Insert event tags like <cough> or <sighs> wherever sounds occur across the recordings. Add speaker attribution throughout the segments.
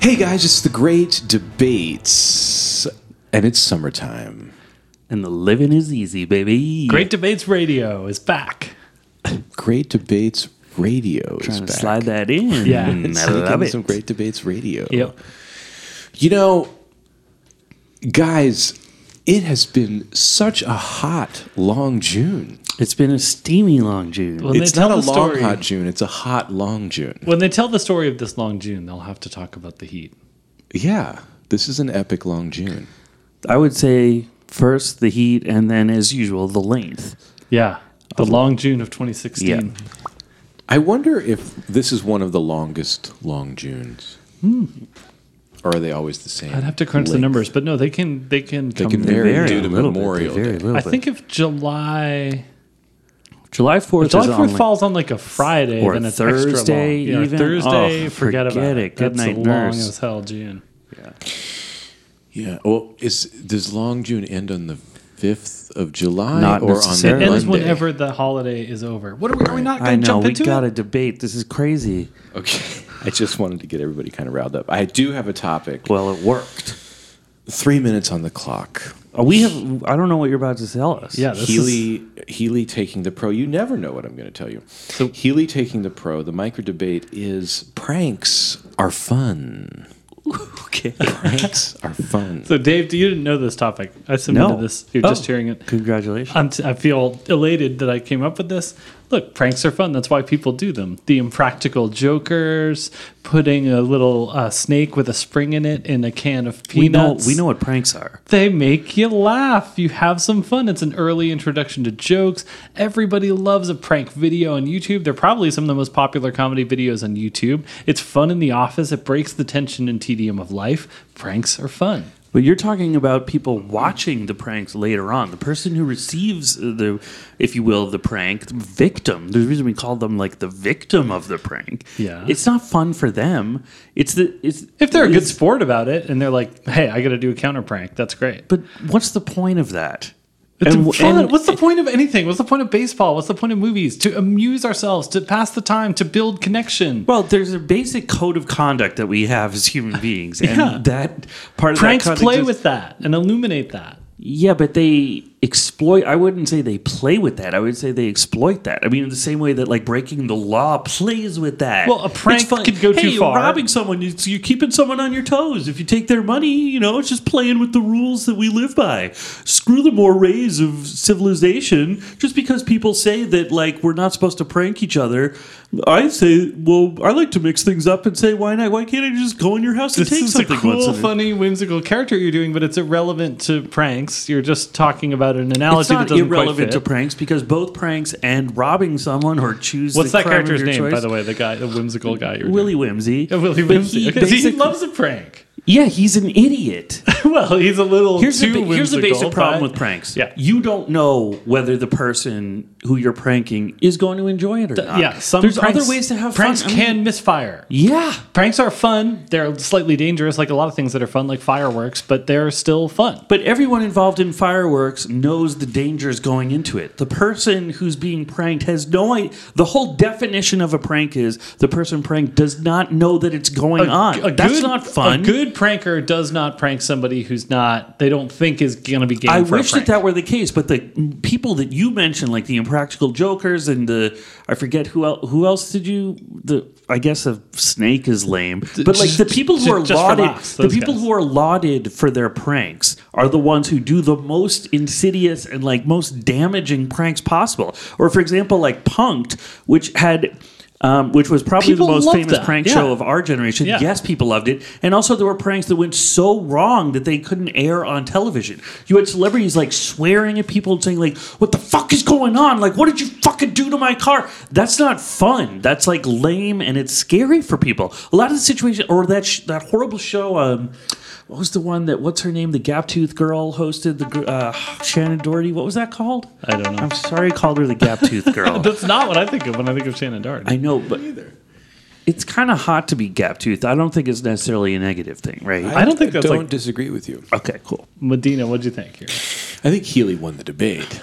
Speaker 1: Hey guys, it's the great debates, and it's summertime.
Speaker 2: And the living is easy, baby.
Speaker 3: Great Debates Radio is back.
Speaker 1: Great debates radio is
Speaker 2: Trying to
Speaker 1: back.
Speaker 2: slide that in.
Speaker 3: Yeah.
Speaker 2: I
Speaker 1: Sneak
Speaker 2: love
Speaker 1: in
Speaker 2: it.
Speaker 1: Some great debates radio. You know, guys, it has been such a hot long June.
Speaker 2: It's been a steamy long June.
Speaker 3: When they
Speaker 1: it's
Speaker 3: tell
Speaker 1: not a
Speaker 3: the
Speaker 1: long
Speaker 3: story,
Speaker 1: hot June. It's a hot long June.
Speaker 3: when they tell the story of this long June, they'll have to talk about the heat.
Speaker 1: Yeah, this is an epic long June.
Speaker 2: I would say first the heat, and then, as usual, the length.
Speaker 3: Yeah. The long June of 2016.
Speaker 2: Yeah.
Speaker 1: I wonder if this is one of the longest long Junes. Or are they always the same?
Speaker 3: Hmm. I'd have to crunch the
Speaker 1: length?
Speaker 3: numbers, but no, they can they can
Speaker 1: They
Speaker 3: come
Speaker 1: can
Speaker 3: in.
Speaker 1: vary,
Speaker 2: Very
Speaker 1: due to
Speaker 2: little bit,
Speaker 1: Memorial
Speaker 2: very
Speaker 1: Day.
Speaker 2: little
Speaker 3: I
Speaker 2: bit.
Speaker 3: think if July
Speaker 2: July 4th
Speaker 3: July
Speaker 2: is on
Speaker 3: Fourth
Speaker 2: like-
Speaker 3: falls on like a Friday,
Speaker 2: Or
Speaker 3: then it's extra long.
Speaker 2: Thursday
Speaker 3: Yeah,
Speaker 2: even?
Speaker 3: Thursday,
Speaker 2: Oh,
Speaker 3: forget, about
Speaker 2: forget
Speaker 3: it.
Speaker 2: it. Good
Speaker 3: That's
Speaker 2: night,
Speaker 3: long
Speaker 2: nurse.
Speaker 3: as hell June.
Speaker 1: Yeah. Well, is does Long June end on the fifth of July
Speaker 2: Not
Speaker 1: or on the
Speaker 2: necessarily.
Speaker 3: It ends
Speaker 1: Monday?
Speaker 3: whenever the holiday is over. What are we, are we not
Speaker 2: I
Speaker 3: going to
Speaker 2: know.
Speaker 3: jump
Speaker 2: We
Speaker 3: into
Speaker 2: got
Speaker 3: it?
Speaker 2: to debate. This is crazy.
Speaker 1: Okay. I just wanted to get everybody kind of riled up. I do have a topic.
Speaker 2: Well, it worked.
Speaker 1: Three minutes on the clock.
Speaker 2: Uh, We have. I don't know what you're about to tell us.
Speaker 3: Yeah, this is,
Speaker 1: Healy Healy taking the pro. You never know what I'm going to tell you. So Healy taking the pro. The micro debate is pranks are fun.
Speaker 3: <laughs>
Speaker 2: Okay.
Speaker 1: Pranks are fun.
Speaker 3: So, Dave, you didn't know this topic. I submitted
Speaker 2: No.
Speaker 3: this. You're just
Speaker 2: Oh.
Speaker 3: hearing it.
Speaker 2: Congratulations.
Speaker 3: I'm t- I feel elated that I came up with this. Look, pranks are fun. That's why people do them. The impractical jokers, putting a little uh, snake with a spring in it in a can of
Speaker 2: we know.
Speaker 3: peanuts.
Speaker 2: We know what pranks are.
Speaker 3: They make you laugh. You have some fun. It's an early introduction to jokes. Everybody loves a prank video on YouTube. They're probably some of the most popular comedy videos on YouTube. It's fun in the office. It breaks the tension and tedium of life. Pranks are fun.
Speaker 2: But you're talking about people watching the pranks later on. The person who receives the, if you will, the prank, the victim. There's a reason we call them like the victim of the prank.
Speaker 3: Yeah.
Speaker 2: It's not fun for them. It's the it's
Speaker 3: If they're a good
Speaker 2: it's-
Speaker 3: sport about it and they're like, hey, I got to do a counter prank, that's great.
Speaker 2: But what's the point of that?
Speaker 3: It's
Speaker 2: And-
Speaker 3: fun.
Speaker 2: and-
Speaker 3: What's the point of anything? What's the point of baseball? What's the point of movies? To amuse ourselves, to pass the time, to build connection.
Speaker 2: Well, there's a basic code of conduct that we have as human beings, and
Speaker 3: Yeah.
Speaker 2: that part of that
Speaker 3: Pranks
Speaker 2: conduct
Speaker 3: play
Speaker 2: is-
Speaker 3: with that and illuminate that.
Speaker 2: Yeah, but they exploit. I wouldn't say they play with that. I would say they exploit that. I mean, in the same way that like breaking the law plays with that.
Speaker 3: Well, a
Speaker 2: It's
Speaker 3: prank
Speaker 2: fun.
Speaker 3: could go too
Speaker 2: Hey,
Speaker 3: far.
Speaker 2: Robbing someone, it's- you're keeping someone on your toes. If you take their money, you know, it's just playing with the rules that we live by. Screw the mores of civilization. Just because people say that like we're not supposed to prank each other, I say, well, I like to mix things up and say, why not? Why can't I just go in your house and
Speaker 3: This
Speaker 2: take
Speaker 3: is a
Speaker 2: something once
Speaker 3: cool,
Speaker 2: in a-
Speaker 3: funny, whimsical character you're doing, but it's irrelevant to pranks. You're just talking about an analogy
Speaker 2: It's not
Speaker 3: that doesn't quite
Speaker 2: irrelevant
Speaker 3: fit.
Speaker 2: to pranks because both pranks and robbing someone or choose.
Speaker 3: What's
Speaker 2: the
Speaker 3: that
Speaker 2: crime of
Speaker 3: character's
Speaker 2: your
Speaker 3: name,
Speaker 2: choice-
Speaker 3: by the way? The guy, the whimsical guy. You're
Speaker 2: Willy Whimsy.
Speaker 3: <laughs> Willie
Speaker 2: But
Speaker 3: Whimsy.
Speaker 2: He
Speaker 3: 'Cause He,
Speaker 2: basically-
Speaker 3: loves a prank. <laughs>
Speaker 2: yeah, he's an idiot.
Speaker 3: well, he's a little
Speaker 2: Here's the,
Speaker 3: too
Speaker 2: ba-
Speaker 3: whimsical.
Speaker 2: here's the basic problem
Speaker 3: but-
Speaker 2: with pranks.
Speaker 3: Yeah.
Speaker 2: You don't know whether the person who you're pranking is going to enjoy it or not.
Speaker 3: Yeah, some
Speaker 2: There's
Speaker 3: pranks-
Speaker 2: other ways to have
Speaker 3: pranks
Speaker 2: fun. I mean,
Speaker 3: can misfire.
Speaker 2: yeah.
Speaker 3: Pranks are fun. They're slightly dangerous, like a lot of things that are fun, like fireworks, but they're still fun.
Speaker 2: But everyone involved in fireworks knows the dangers going into it. The person who's being pranked has no idea. The whole definition of a prank is the person pranked does not know that it's going on. That's
Speaker 3: good-
Speaker 2: not fun.
Speaker 3: A good pranker does not prank somebody who's not they don't think is going to be game.
Speaker 2: I
Speaker 3: for a
Speaker 2: wish that
Speaker 3: prank.
Speaker 2: that were the case, but the people that you mentioned, like the impractical jokers and the I forget who else. Who else did you? The I guess a snake is lame, but like the people who
Speaker 3: ju-
Speaker 2: are
Speaker 3: just for
Speaker 2: lauded,
Speaker 3: laughs,
Speaker 2: the
Speaker 3: those
Speaker 2: people
Speaker 3: guys.
Speaker 2: who are lauded for their pranks are the ones who do the most insidious and like most damaging pranks possible. Or for example, like Punked, which had. Um, which was probably
Speaker 3: People
Speaker 2: the most
Speaker 3: loved
Speaker 2: famous
Speaker 3: that,
Speaker 2: prank
Speaker 3: yeah.
Speaker 2: show of our generation.
Speaker 3: Yeah.
Speaker 2: Yes, people loved it. And also, there were pranks that went so wrong that they couldn't air on television. You had celebrities like swearing at people and saying, like, what the fuck is going on? Like, what did you fucking do to my car? That's not fun. That's like lame and it's scary for people. A lot of the situation, or that, sh- that horrible show, um, what was the one that, what's her name? The gap tooth girl hosted, the gr- uh, Shannon Doherty. What was that called?
Speaker 3: I don't know.
Speaker 2: I'm sorry I called her the gap tooth
Speaker 3: <laughs>
Speaker 2: girl.
Speaker 3: That's not what I think of when I think of Shannon Dart.
Speaker 2: I know, but it's kind of hot to be gap toothed. I don't think it's necessarily a negative thing, right?
Speaker 3: I don't think that's
Speaker 1: don't
Speaker 3: like-
Speaker 1: disagree with you.
Speaker 2: okay, cool.
Speaker 3: Medina, what'd you think here?
Speaker 1: I think Healy won the debate.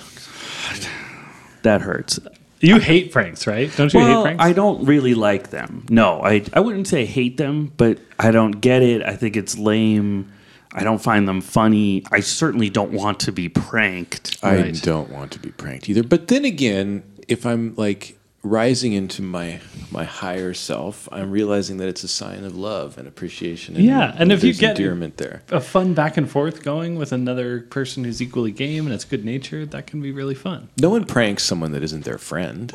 Speaker 2: That hurts.
Speaker 3: You hate pranks, right? Don't you hate
Speaker 2: Well,
Speaker 3: pranks?
Speaker 2: I don't really like them. No, I I wouldn't say hate them, but I don't get it. I think it's lame. I don't find them funny. I certainly don't want to be pranked.
Speaker 1: I
Speaker 3: Right.
Speaker 1: don't want to be pranked either. But then again, if I'm like rising into my my higher self, I'm realizing that it's a sign of love and appreciation. And
Speaker 3: Yeah, and if you
Speaker 1: there's
Speaker 3: get-
Speaker 1: endearment there,
Speaker 3: a fun back and forth going with another person who's equally game and it's good natured, that can be really fun.
Speaker 1: no one pranks someone that isn't their friend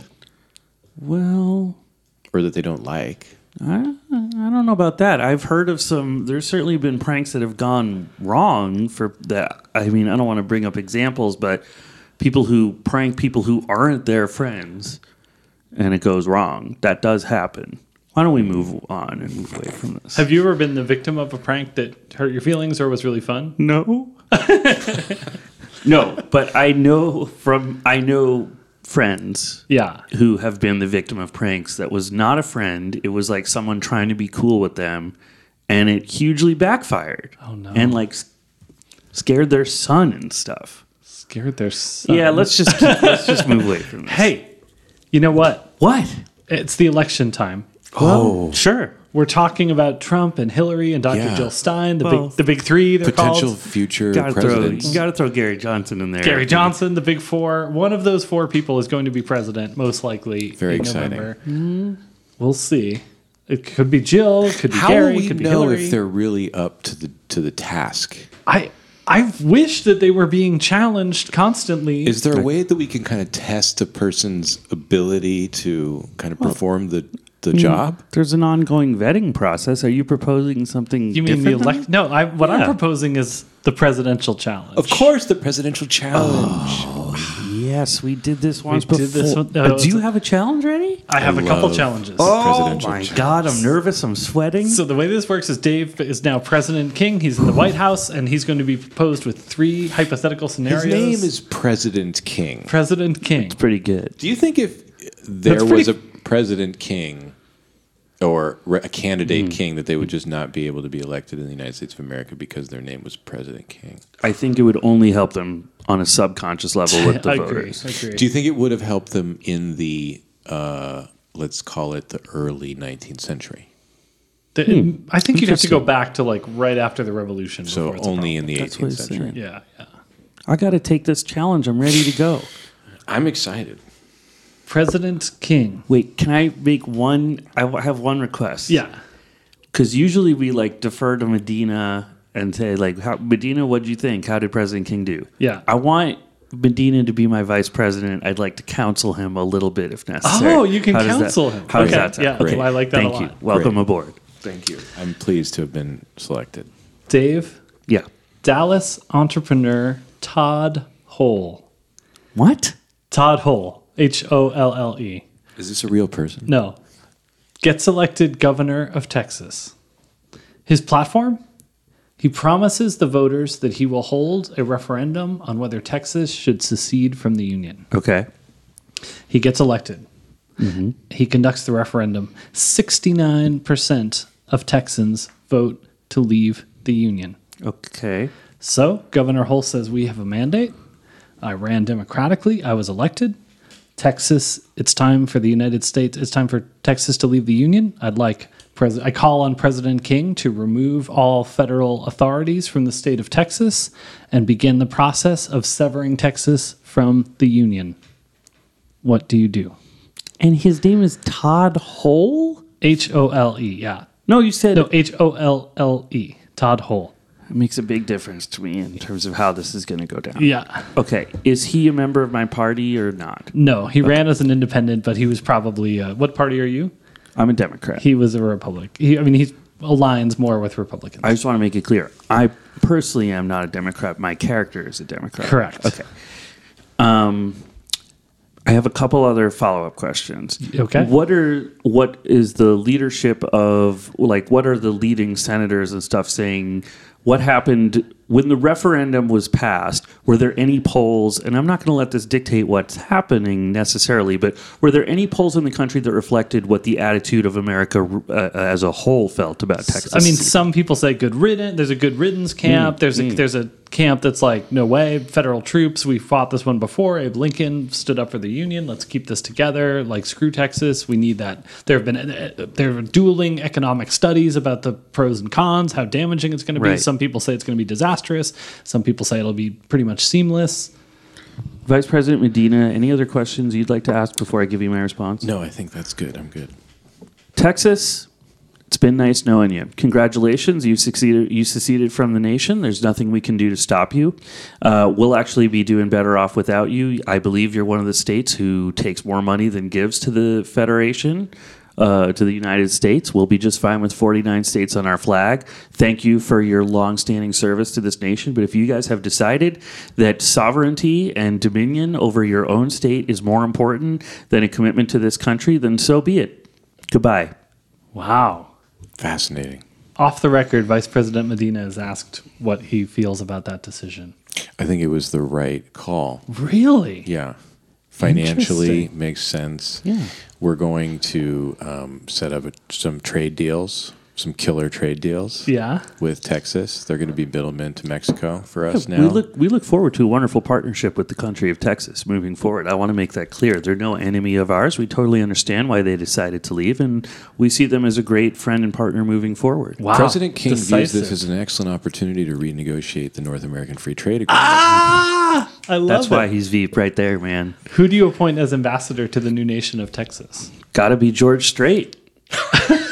Speaker 2: Well,
Speaker 1: or that they don't like.
Speaker 2: I, I don't know about that. I've heard of some. There's certainly been pranks that have gone wrong for that. I mean, I don't want to bring up examples, but people who prank people who aren't their friends, and it goes wrong. That does happen. Why don't we move on and move away from this?
Speaker 3: Have you ever been the victim of a prank that hurt your feelings or was really fun?
Speaker 2: No. <laughs> no, but I know from I know friends
Speaker 3: Yeah.
Speaker 2: who have been the victim of pranks that was not a friend. It was like someone trying to be cool with them and it hugely backfired.
Speaker 3: Oh, no.
Speaker 2: And like s- scared their son and stuff.
Speaker 3: Scared their son.
Speaker 2: Yeah, let's just keep, let's just move away from this.
Speaker 3: Uh, <laughs> Hey, you know what?
Speaker 2: What?
Speaker 3: It's the election time.
Speaker 1: Oh,
Speaker 2: Sure.
Speaker 3: We're talking about Trump and Hillary and Dr.
Speaker 1: Yeah.
Speaker 3: Jill Stein, the
Speaker 2: Well,
Speaker 3: big the big three. They're
Speaker 1: potential
Speaker 3: called.
Speaker 1: future
Speaker 2: Gotta throw,
Speaker 1: presidents.
Speaker 2: you gotta throw Gary Johnson in there.
Speaker 3: Gary Johnson, the big four. One of those four people is going to be president, most likely.
Speaker 1: Very
Speaker 3: in
Speaker 1: exciting.
Speaker 3: November. Hmm. We'll see. It could be Jill. It could be
Speaker 1: How
Speaker 3: Gary.
Speaker 1: will
Speaker 3: it
Speaker 1: we
Speaker 3: could be
Speaker 1: know
Speaker 3: Hillary.
Speaker 1: if they're really up to the to the task?
Speaker 3: I I wish that they were being challenged constantly.
Speaker 1: Is there a way that we can kind of test a person's ability to kind of perform the
Speaker 3: mm.
Speaker 1: the job?
Speaker 2: There's an ongoing vetting process. Are you proposing something?
Speaker 3: you mean the
Speaker 2: different than
Speaker 3: elect? No, I, what I'm
Speaker 2: Yeah.
Speaker 3: proposing is the presidential challenge.
Speaker 1: Of course, the presidential challenge.
Speaker 3: Oh,
Speaker 2: Yes, we did this once
Speaker 3: did
Speaker 2: before.
Speaker 3: this one- no,
Speaker 2: Uh,
Speaker 3: it's
Speaker 2: do you
Speaker 3: a-
Speaker 2: have a challenge ready? Oh
Speaker 3: I have a couple
Speaker 1: love-
Speaker 3: challenges.
Speaker 1: presidential
Speaker 2: my
Speaker 1: challenge.
Speaker 2: god, I'm nervous. I'm sweating.
Speaker 3: So the way this works is Dave is now President King. He's in the White House, and he's going to be proposed with three hypothetical scenarios.
Speaker 1: His name is President King.
Speaker 3: President King.
Speaker 2: Pretty good.
Speaker 1: Do you think if there
Speaker 3: That's
Speaker 1: was
Speaker 3: pretty-
Speaker 1: a President King or re- a candidate king, that they would just not be able to be elected in the United States of America because their name was President King?
Speaker 2: I think it would only help them on a subconscious level
Speaker 3: <laughs>
Speaker 2: with the
Speaker 3: agree.
Speaker 2: voters.
Speaker 3: Agree.
Speaker 1: Do you think it would have helped them in the, uh, let's call it the early 19th century?
Speaker 3: The- I think you'd have to go back to like right after the revolution.
Speaker 1: So
Speaker 3: before it's a
Speaker 1: only in the
Speaker 2: That's
Speaker 1: 18th
Speaker 2: what he's
Speaker 1: century.
Speaker 2: saying.
Speaker 3: problem. Yeah, yeah.
Speaker 2: I got to take this challenge. I'm ready to go.
Speaker 1: I'm excited.
Speaker 3: President King.
Speaker 2: Wait, can I make one? I w- have one request.
Speaker 3: Yeah.
Speaker 2: because usually we like defer to Medina and say like, how, Medina, what'd you think? How did President King do?
Speaker 3: Yeah.
Speaker 2: I want. Medina to be my vice president. I'd like to counsel him a little bit if necessary.
Speaker 3: Oh, you can
Speaker 2: How does that-
Speaker 3: counsel him.
Speaker 2: How
Speaker 3: Okay,
Speaker 2: does that sound?
Speaker 3: yeah, okay, I like that a
Speaker 2: Thank
Speaker 3: lot.
Speaker 2: you. Welcome
Speaker 1: Great.
Speaker 2: aboard.
Speaker 1: Thank you. I'm pleased to have been selected.
Speaker 3: Dave,
Speaker 2: Yeah.
Speaker 3: Dallas entrepreneur Todd Hole.
Speaker 2: What?
Speaker 3: Todd Hole, H O L L E.
Speaker 1: Is this a real person?
Speaker 3: No. Gets elected governor of Texas. His platform? He promises the voters that he will hold a referendum on whether Texas should secede from the Union.
Speaker 2: Okay.
Speaker 3: He gets elected. He conducts the referendum. 69% of Texans vote to leave the Union.
Speaker 2: Okay.
Speaker 3: So, Governor Hull says we have a mandate. I ran democratically. I was elected. Texas, it's time for the United States. It's time for Texas to leave the Union. I'd like pres- I call on President King to remove all federal authorities from the state of Texas and begin the process of severing Texas from the Union. What do you do?
Speaker 2: And his name is Todd Hole?
Speaker 3: H O L E. Yeah.
Speaker 2: No, you said
Speaker 3: No, H O L L E. Todd Hole.
Speaker 2: it makes a big difference to me in terms of how this is going to go down.
Speaker 3: Yeah.
Speaker 2: Okay. Is he a member of my party or not?
Speaker 3: No, he ran as an independent, but he was probably. Uh, what party are you?
Speaker 2: I'm a Democrat.
Speaker 3: He was a Republican. He, I mean, he aligns more with Republicans.
Speaker 2: I just want to make it clear. I personally am not a Democrat. My character is a Democrat.
Speaker 3: Correct.
Speaker 2: Okay. Um, I have a couple other follow-up questions.
Speaker 3: Okay.
Speaker 2: What are what is the leadership of like what are the leading senators and stuff saying? What happened when the referendum was passed? Were there any polls? And I'm not going to let this dictate what's happening necessarily, but were there any polls in the country that reflected what the attitude of America uh, as a whole felt about Texas?
Speaker 3: I mean, some people say good riddance. There's a good riddance camp. there's a, there's a camp that's like, no way, federal troops, we fought this one before. Abe Lincoln stood up for the Union. Let's keep this together. Like, screw Texas. We need that. There have been uh, there are dueling economic studies about the pros and cons, how damaging it's going to be.
Speaker 4: Right.
Speaker 3: Some people say it's going to be disastrous. Some people say it'll be pretty much seamless.
Speaker 2: Vice President Medina, any other questions you'd like to ask before I give you my response?
Speaker 1: No, I think that's good. I'm good.
Speaker 2: Texas, it's been nice knowing you. Congratulations, you succeeded. You seceded from the nation. There's nothing we can do to stop you. Uh, we'll actually be doing better off without you. I believe you're one of the states who takes more money than gives to the Federation. Uh, to the United States. We'll be just fine with 49 states on our flag. Thank you for your longstanding service to this nation. But if you guys have decided that sovereignty and dominion over your own state is more important than a commitment to this country, then so be it. Goodbye.
Speaker 3: Wow.
Speaker 1: Fascinating.
Speaker 3: Off the record, Vice President Medina is asked what he feels about that decision.
Speaker 1: I think it was the right call.
Speaker 3: Really?
Speaker 1: Yeah. Financially makes sense. Yeah. We're going to um, set up a, some trade deals, some killer trade deals
Speaker 3: Yeah.
Speaker 1: with Texas. They're going to be middlemen to Mexico for us now.
Speaker 2: We look we look forward to a wonderful partnership with the country of Texas moving forward. I want to make that clear. They're no enemy of ours. We totally understand why they decided to leave, and we see them as a great friend and partner moving forward.
Speaker 3: Wow.
Speaker 1: President King views
Speaker 3: Decisive.
Speaker 1: this as an excellent opportunity to renegotiate the North American Free Trade Agreement.
Speaker 3: Ah, I love
Speaker 2: That's
Speaker 3: it.
Speaker 2: why he's Veep right there, man.
Speaker 3: Who do you appoint as ambassador to the new nation of Texas?
Speaker 2: Got to be George Strait.
Speaker 3: Is-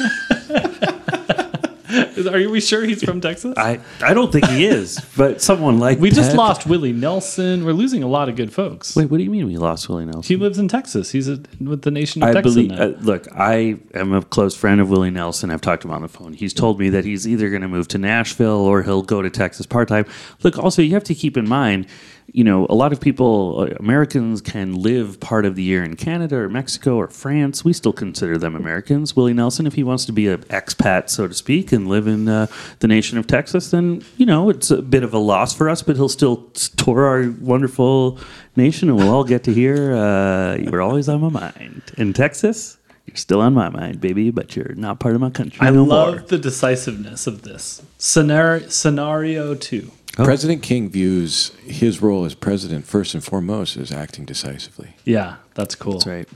Speaker 3: Are we sure he's <laughs> from Texas?
Speaker 2: I I don't think he is, <laughs> but someone like
Speaker 3: we just
Speaker 2: that-
Speaker 3: lost Willie Nelson. We're losing a lot of good folks.
Speaker 2: Wait, what do you mean we lost Willie Nelson?
Speaker 3: He lives in Texas. He's a, with the nation of
Speaker 2: I
Speaker 3: Texas
Speaker 2: believe.
Speaker 3: now.
Speaker 2: Uh, look, I am a close friend of Willie Nelson. I've talked to him on the phone. He's told me that he's either going to move to Nashville or he'll go to Texas part time. Look, also you have to keep in mind, you know, a lot of people, uh, Americans, can live part of the year in Canada or Mexico or France. We still consider them Americans. Willie Nelson, if he wants to be an expat, so to speak, and live in uh, the nation of Texas, then you know it's a bit of a loss for us, but he'll still tour our wonderful nation, and we'll all get to hear. Uh, you were always on my mind in Texas. You're still on my mind, baby, but you're not part of my country
Speaker 3: I
Speaker 2: no
Speaker 3: love
Speaker 2: more.
Speaker 3: the decisiveness of this scenario. Scenario two.
Speaker 1: President King views his role as president first and foremost as acting decisively.
Speaker 3: Yeah, that's cool.
Speaker 2: That's right.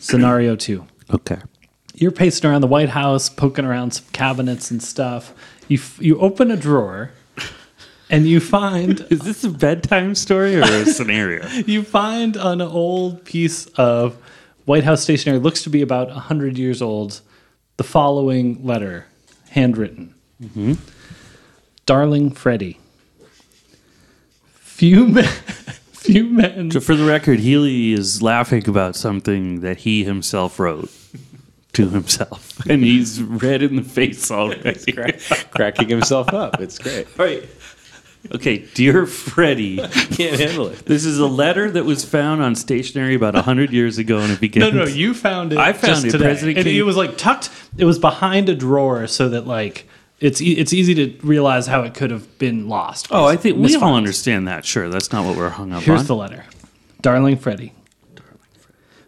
Speaker 3: Scenario two.
Speaker 2: Okay.
Speaker 3: you're pacing around the White House, poking around some cabinets and stuff. You f- you open a drawer, and you find <laughs>
Speaker 2: Is this a bedtime story or a <laughs> scenario?
Speaker 3: you find an old piece of White House stationery. Looks to be about hundred years old. The following letter, handwritten: "Darling Freddie, few men, <laughs> few men."
Speaker 2: So, for the record, Healy is laughing about something that he himself wrote to himself, and he's red in the <laughs> face already.
Speaker 1: <laughs> Cracking himself up. It's great.
Speaker 2: Right. Okay, dear <laughs> Freddie,
Speaker 1: Can't handle it.
Speaker 2: this is a letter that was found on stationery about hundred years ago, and it
Speaker 3: No,
Speaker 2: begins.
Speaker 3: no, you found it.
Speaker 2: I found
Speaker 3: just
Speaker 2: it,
Speaker 3: Today.
Speaker 2: President
Speaker 3: And
Speaker 2: King.
Speaker 3: it was like tucked. It was behind a drawer, so that like it's e- it's easy to realize how it could have been lost.
Speaker 2: Oh, I think we
Speaker 3: Misfires.
Speaker 2: all understand that. Sure, that's not what we're hung up
Speaker 3: Here's
Speaker 2: on.
Speaker 3: the letter, darling Freddie.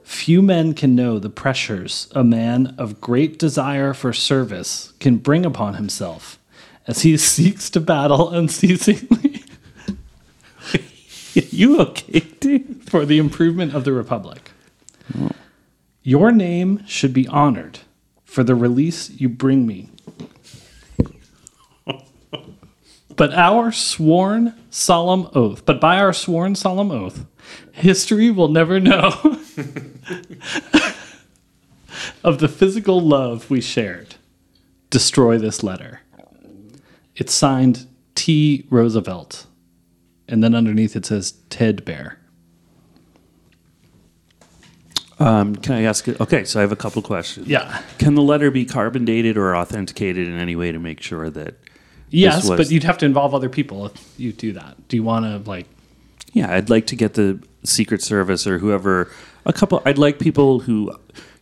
Speaker 3: Few men can know the pressures a man of great desire for service can bring upon himself, as he <laughs> seeks to battle unceasingly <laughs>
Speaker 2: you okay, dude?
Speaker 3: for the improvement of the republic. Your name should be honored for the release you bring me. But our sworn solemn oath, but by our sworn solemn oath, history will never know <laughs> of the physical love we shared. Destroy this letter. It's signed T. Roosevelt. And then underneath it says Ted Bear.
Speaker 2: Um, can I ask? Okay, so I have a couple questions.
Speaker 3: Yeah.
Speaker 2: Can the letter be carbon dated or authenticated in any way to make sure that?
Speaker 3: Yes,
Speaker 2: was-
Speaker 3: but you'd have to involve other people if you do that. Do you want to like?
Speaker 2: Yeah, I'd like to get the Secret Service or whoever a couple. I'd like people who,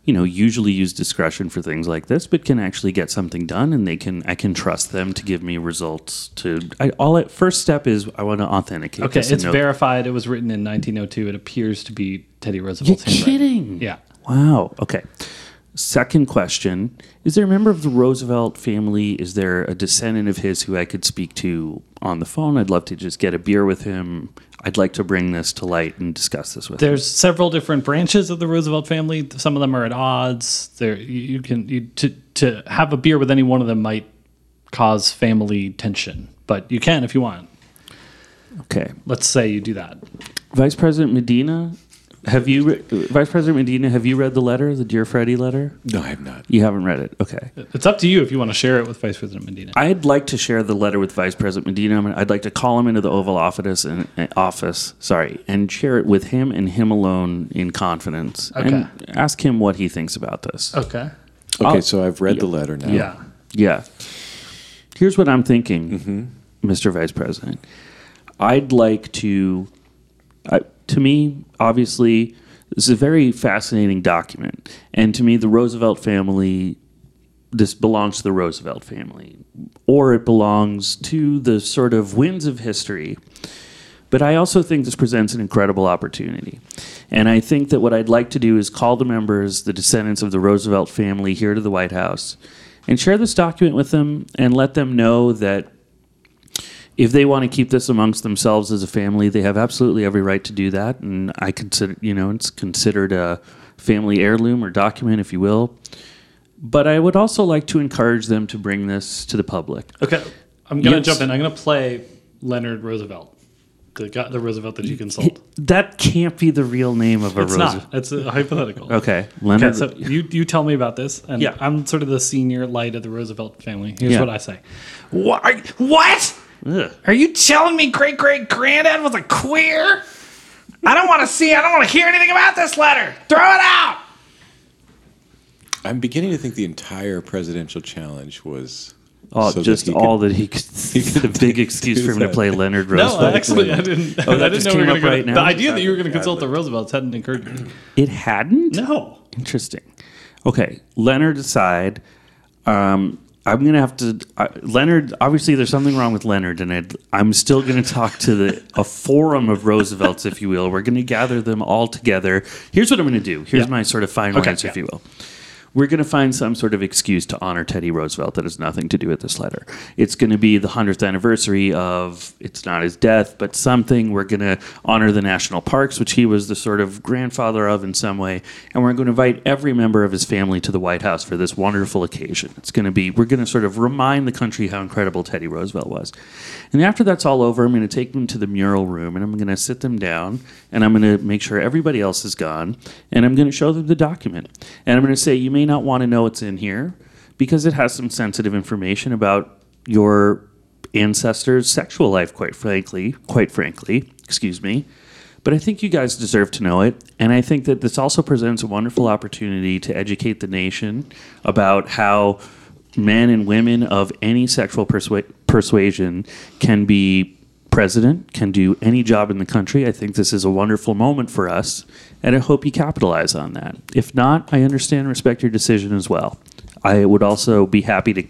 Speaker 2: you know, usually use discretion for things like this, but can actually get something done, and they can. I can trust them to give me results. To I, all. It, first step is I want to authenticate.
Speaker 3: Okay,
Speaker 2: this and
Speaker 3: it's
Speaker 2: know-
Speaker 3: verified. It was written in 1902. It appears to be Teddy
Speaker 2: You're
Speaker 3: Roosevelt's handwriting.
Speaker 2: kidding.
Speaker 3: Yeah.
Speaker 2: Wow. Okay. Second question Is there a member of the Roosevelt family? Is there a descendant of his who I could speak to on the phone? I'd love to just get a beer with him. I'd like to bring this to light and discuss this with him.
Speaker 3: There's several different branches of the Roosevelt family. Some of them are at odds. There, you you can you, to to have a beer with any one of them might cause family tension, but you can if you want.
Speaker 2: Okay.
Speaker 3: Let's say you do that.
Speaker 2: Vice President Medina, have you, re- Vice President Medina, have you read the letter, the Dear Freddie letter?
Speaker 1: No, I have not.
Speaker 2: You haven't read it. Okay.
Speaker 3: It's up to you if you want to share it with Vice President Medina.
Speaker 2: I'd like to share the letter with Vice President Medina. I'm- I'd like to call him into the Oval Office and uh, office, sorry, and share it with him and him alone in confidence.
Speaker 3: Okay.
Speaker 2: And ask him what he thinks about this.
Speaker 3: Okay.
Speaker 1: Okay, so I've read the letter now.
Speaker 3: Yeah.
Speaker 2: Yeah. Here's what I'm thinking, Mr. Vice President. I'd like to, I, to me, obviously, this is a very fascinating document. And to me, the Roosevelt family, this belongs to the Roosevelt family, or it belongs to the sort of winds of history. But I also think this presents an incredible opportunity. And I think that what I'd like to do is call the members, the descendants of the Roosevelt family, here to the White House and share this document with them and let them know that if they want to keep this amongst themselves as a family, they have absolutely every right to do that. And I consider, you know, it's considered a family heirloom or document, if you will. But I would also like to encourage them to bring this to the public.
Speaker 3: Okay. I'm gonna
Speaker 2: Yes.
Speaker 3: jump in. I'm gonna play Leonard Roosevelt, the guy, the Roosevelt that you consult.
Speaker 2: That can't be the real name of a
Speaker 3: It's
Speaker 2: Roosevelt.
Speaker 3: not. It's a hypothetical.
Speaker 2: Okay, Leonard.
Speaker 3: Okay, so you, you tell me about this, and
Speaker 2: Yeah.
Speaker 3: I'm sort of the senior light of the Roosevelt family. Here's
Speaker 2: Yeah.
Speaker 3: what I say. What? What?
Speaker 2: Ugh.
Speaker 3: Are you telling me great great granddad was a queer? I don't want to see. I don't want to hear anything about this letter. Throw it out.
Speaker 1: I'm beginning to think the entire presidential challenge was
Speaker 2: Oh,
Speaker 1: so that
Speaker 2: just
Speaker 1: he could-
Speaker 2: all that he could. <laughs> the big excuse for him to
Speaker 1: that.
Speaker 2: play Leonard
Speaker 3: No,
Speaker 2: Roosevelt.
Speaker 3: actually, I didn't.
Speaker 2: Oh, that
Speaker 3: I didn't
Speaker 2: just
Speaker 3: know we
Speaker 2: came
Speaker 3: were going
Speaker 2: up
Speaker 3: to
Speaker 2: right now?
Speaker 3: The idea that you were going to
Speaker 1: Yeah,
Speaker 3: consult the
Speaker 1: but-
Speaker 3: Roosevelts hadn't occurred to me.
Speaker 2: it hadn't.
Speaker 3: No.
Speaker 2: Interesting. Okay, Leonard aside, um, I'm gonna have to. I Leonard, obviously, there's something wrong with Leonard, and I'd, I'm still gonna talk to the a forum of Roosevelts, if you will. We're gonna gather them all together. Here's what I'm gonna do. Here's
Speaker 3: Yeah.
Speaker 2: my sort of fine
Speaker 3: Okay,
Speaker 2: words, if
Speaker 3: yeah.
Speaker 2: you will. We're going to find some sort of excuse to honor Teddy Roosevelt that has nothing to do with this letter. It's going to be the 100th anniversary of, it's not his death, but something. We're going to honor the national parks, which he was the sort of grandfather of in some way. And we're going to invite every member of his family to the White House for this wonderful occasion. It's going to be, we're going to sort of remind the country how incredible Teddy Roosevelt was. And after that's all over, I'm going to take them to the mural room and I'm going to sit them down and I'm going to make sure everybody else is gone and I'm going to show them the document. And I'm going to say, you may not want to know what's in here because it has some sensitive information about your ancestors' sexual life, quite frankly, quite frankly, excuse me. But I think you guys deserve to know it. And I think that this also presents a wonderful opportunity to educate the nation about how men and women of any sexual persua- persuasion can be president, can do any job in the country. I think this is a wonderful moment for us. And I hope you capitalize on that. If not, I understand and respect your decision as well. I would also be happy to,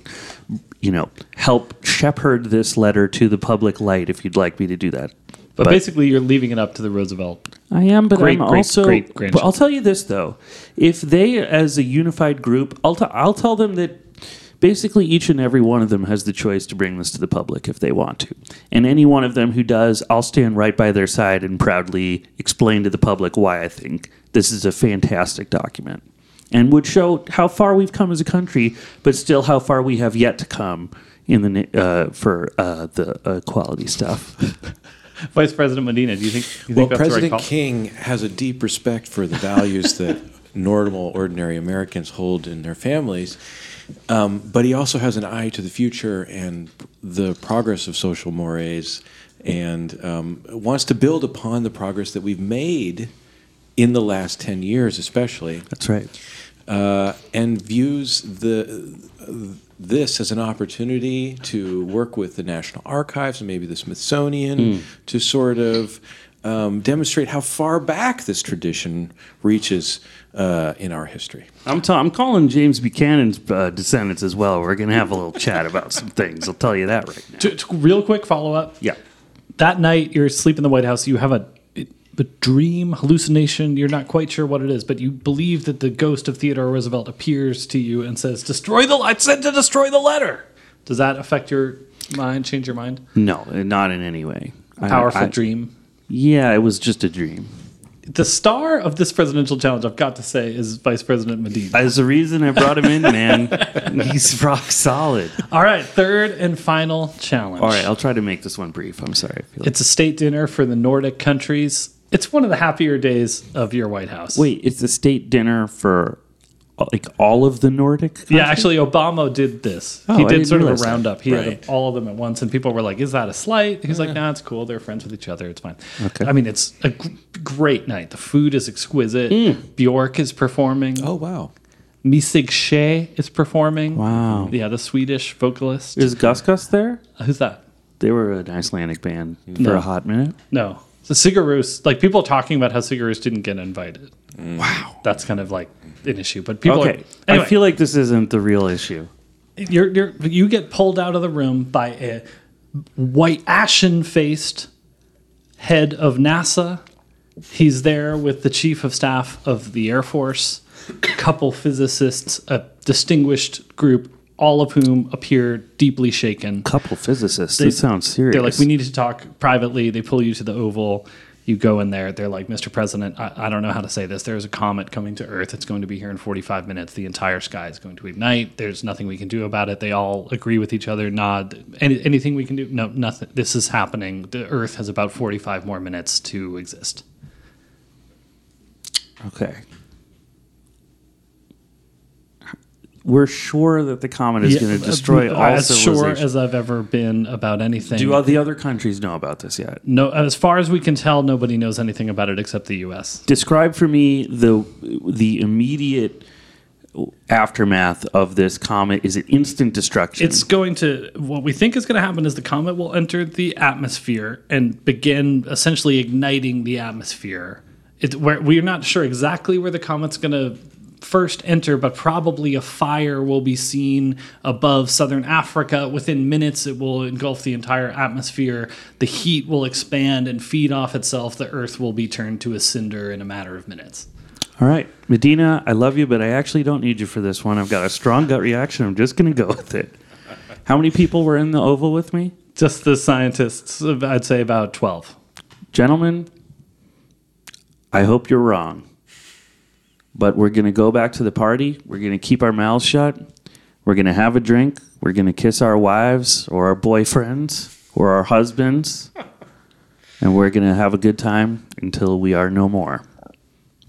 Speaker 2: you know, help shepherd this letter to the public light if you'd like me to do that.
Speaker 3: But, basically, you're leaving it up to the Roosevelt.
Speaker 2: I am, but
Speaker 3: Great,
Speaker 2: I'm
Speaker 3: great,
Speaker 2: also.
Speaker 3: great
Speaker 2: but I'll
Speaker 3: grandchildren.
Speaker 2: tell you this though: if they, as a unified group, I'll t- I'll tell them that basically each and every one of them has the choice to bring this to the public if they want to, and any one of them who does, I'll stand right by their side and proudly explain to the public why I think this is a fantastic document, and would show how far we've come as a country, but still how far we have yet to come in the ni- uh, for uh, the uh, quality stuff.
Speaker 3: Vice President Medina, do you think? Do you
Speaker 1: Well,
Speaker 3: think that's the
Speaker 1: President
Speaker 3: right call?
Speaker 1: King has a deep respect for the values
Speaker 3: <laughs>
Speaker 1: that normal, ordinary Americans hold in their families, um, but he also has an eye to the future and the progress of social mores, and um, wants to build upon the progress that we've made in the last ten years, especially
Speaker 2: That's right.
Speaker 1: uh, and views the this as an opportunity to work with the National Archives and maybe the Smithsonian to sort of um, demonstrate how far back this tradition reaches uh, in our history.
Speaker 2: I'm, i I'm calling James Buchanan's uh, descendants as well. We're going to have a little chat about some things. I'll tell you that right now.
Speaker 3: To- to- real quick follow up.
Speaker 2: Yeah.
Speaker 3: That night, you're asleep in the White House. You have a but dream hallucination you're not quite sure what it is but you believe that the ghost of theodore roosevelt appears to you and says destroy the i said to destroy the letter does that affect your mind change your mind
Speaker 2: No, not in any way. I-
Speaker 3: powerful
Speaker 2: I-
Speaker 3: dream
Speaker 2: Yeah, it was just a dream.
Speaker 3: the star of this presidential challenge i've got to say is vice president medina
Speaker 2: That's the reason I brought him in, man. <laughs> He's rock solid.
Speaker 3: all right third and final challenge
Speaker 2: All right, I'll try to make this one brief. I'm sorry. I feel like-
Speaker 3: it's a state dinner for the nordic countries it's one of the happier days of your white house
Speaker 2: Wait, it's a state dinner for like all of the Nordic.
Speaker 3: Yeah, actually, Obama did this.
Speaker 2: Oh,
Speaker 3: he
Speaker 2: I
Speaker 3: did
Speaker 2: didn't
Speaker 3: sort of a
Speaker 2: realize that.
Speaker 3: roundup. He had
Speaker 1: Right.
Speaker 3: all of them at once, and people were like, "Is that a slight?" He's like, "Nah, it's cool. They're friends with each other. It's fine."
Speaker 2: Okay.
Speaker 3: I mean, it's a g- great night. The food is exquisite.
Speaker 2: Mm.
Speaker 3: Bjork is performing.
Speaker 1: Oh wow.
Speaker 3: Misig Shea is performing.
Speaker 2: Wow.
Speaker 3: Yeah, the Swedish vocalist.
Speaker 2: Is Gus Gus there?
Speaker 3: Who's that?
Speaker 2: They were an Icelandic band for
Speaker 3: No.
Speaker 2: a hot minute.
Speaker 3: No. So Sigarus, like people are talking about how Sigarus didn't get invited. Wow. That's kind of like an issue, but people
Speaker 2: Mm. Okay,
Speaker 3: are. Anyway.
Speaker 2: I feel like this isn't the real issue.
Speaker 3: you're, you're you get pulled out of the room by a white ashen faced head of NASA. He's there with the chief of staff of the Air Force, a couple physicists, a distinguished group, all of whom appear deeply shaken.
Speaker 2: Couple physicists. this sounds serious.
Speaker 3: They're like, we need to talk privately. They pull you to the Oval. You go in there. They're like, Mr. President, I, I don't know how to say this. There's a comet coming to Earth. It's going to be here in 45 minutes. The entire sky is going to ignite. There's nothing we can do about it. They all agree with each other, nod. Any, anything we can do? No, nothing. This is happening. The Earth has about 45 more minutes to exist.
Speaker 2: Okay. We're sure that the comet is going to destroy all
Speaker 3: uh, As sure
Speaker 2: civilization.
Speaker 3: as I've ever been about anything.
Speaker 2: Do all the other countries know about this yet?
Speaker 3: no, as far as we can tell, nobody knows anything about it except the U.S.
Speaker 2: Describe for me the the immediate aftermath of this comet. Is it instant destruction?
Speaker 3: It's going to what we think is going to happen is the comet will enter the atmosphere and begin essentially igniting the atmosphere. It, we're, we're not sure exactly where the comet's going to first enter, but probably a fire will be seen above southern Africa. Within minutes, it will engulf the entire atmosphere. The heat will expand and feed off itself. The Earth will be turned to a cinder in a matter of minutes.
Speaker 2: all right, Medina. I love you, but I actually don't need you for this one. I've got a strong gut reaction. I'm just going to go <laughs> with it. How many people were in the oval with me,
Speaker 3: Just the scientists, I'd say about 12.
Speaker 2: gentlemen? I hope you're wrong, but we're going to go back to the party. We're going to keep our mouths shut. We're going to have a drink. We're going to kiss our wives or our boyfriends or our husbands. <laughs> And we're going to have a good time until we are no more.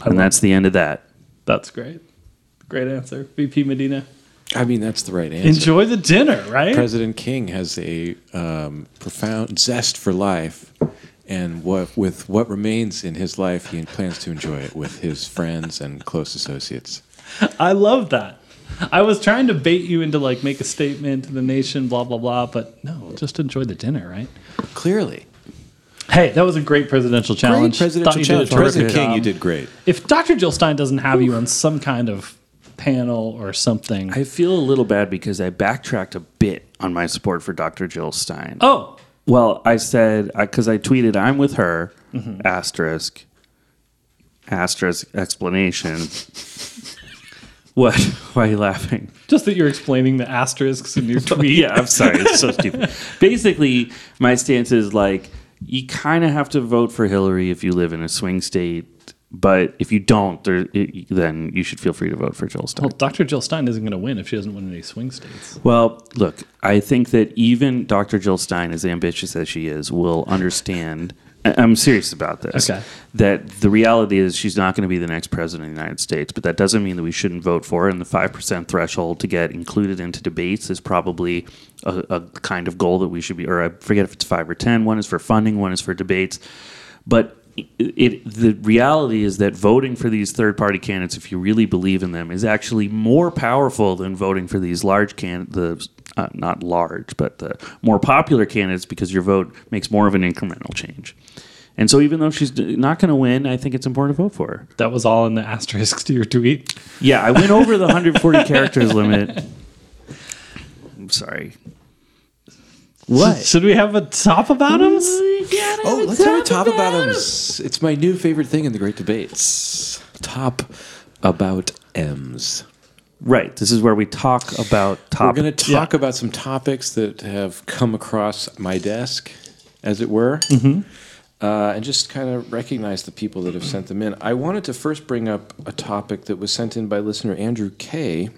Speaker 2: And that's the end of that.
Speaker 3: That's great. Great answer, VP Medina.
Speaker 1: I mean, that's the right answer.
Speaker 3: Enjoy the dinner, right?
Speaker 1: President King has a um, profound zest for life, and what with what remains in his life, he plans to enjoy it with his friends and close associates.
Speaker 3: I love that. I was trying to bait you into like make a statement to the nation, blah blah blah, but no, just enjoy the dinner, right?
Speaker 1: Clearly,
Speaker 3: Hey, that was a great presidential challenge.
Speaker 1: Great
Speaker 3: Thought
Speaker 1: presidential
Speaker 3: you did a
Speaker 1: challenge.
Speaker 3: terrific
Speaker 1: President King,
Speaker 3: job.
Speaker 1: you did great.
Speaker 3: If Dr. Jill Stein doesn't have you on some kind of panel or something,
Speaker 2: I feel a little bad because I backtracked a bit on my support for Dr. Jill Stein.
Speaker 3: oh,
Speaker 2: Well, I said because I, tweeted, "I'm with her." Asterisk. Asterisk explanation. what? <laughs> Why are you laughing?
Speaker 3: just that you're explaining the asterisks in your tweet.
Speaker 2: Yeah, I'm sorry. It's so stupid. Basically, my stance is like you kind of have to vote for Hillary if you live in a swing state, but if you don't, there, it, then you should feel free to vote for Joel Stein.
Speaker 3: Well, Dr. Jill Stein isn't going to win if she doesn't win any swing states.
Speaker 2: Well, look, I think that even Dr. Jill Stein, as ambitious as she is, will understand. I- I'm serious about this.
Speaker 3: Okay.
Speaker 2: That the reality is she's not going to be the next president of the United States, but that doesn't mean that we shouldn't vote for her. And the 5% threshold to get included into debates is probably a, a kind of goal that we should be, or I forget if it's 5 or 10. One is for funding, one is for debates. But it, it, the reality is that voting for these third party candidates, if you really believe in them, is actually more powerful than voting for these large can the uh, not large, but the more popular candidates because your vote makes more of an incremental change. And so, even though she's d- not going to win, I think it's important to vote for her.
Speaker 3: That was all in the <laughs> asterisks to your tweet.
Speaker 2: Yeah, I went over the 140 characters limit. I'm sorry.
Speaker 3: What? Should we have a top about him?
Speaker 1: Oh, let's have a top about M's. It's my new favorite thing in the great debates. Top about M's.
Speaker 2: Right. This is where we talk about
Speaker 1: We're
Speaker 2: top.
Speaker 1: going to talk about some topics that have come across my desk, as it were,
Speaker 2: Mm-hmm.
Speaker 1: uh, and just kind of recognize the people that have sent them in. I wanted to first bring up a topic that was sent in by listener Andrew Kay,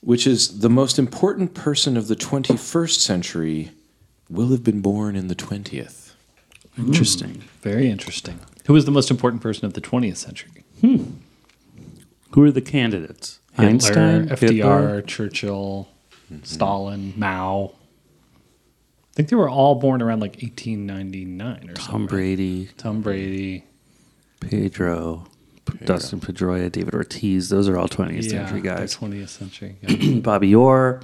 Speaker 1: which is the most important person of the 21st century will have been born in the 20th.
Speaker 2: Hmm. Interesting.
Speaker 3: Very interesting. Who was the most important person of the 20th century?
Speaker 2: Who are the candidates?
Speaker 3: Hitler,
Speaker 2: Einstein,
Speaker 3: FDR,
Speaker 2: Hitler? Mm-hmm.
Speaker 3: Churchill, Stalin, Mao. I think they were all born around like 1899 or
Speaker 2: Tom
Speaker 3: something.
Speaker 2: Brady,
Speaker 3: Tom Brady.
Speaker 2: Pedro, Dustin Pedroia, David Ortiz. Those are all 20th century
Speaker 3: they're
Speaker 2: guys.
Speaker 3: 20th century guys.
Speaker 2: <clears throat> Bobby Orr,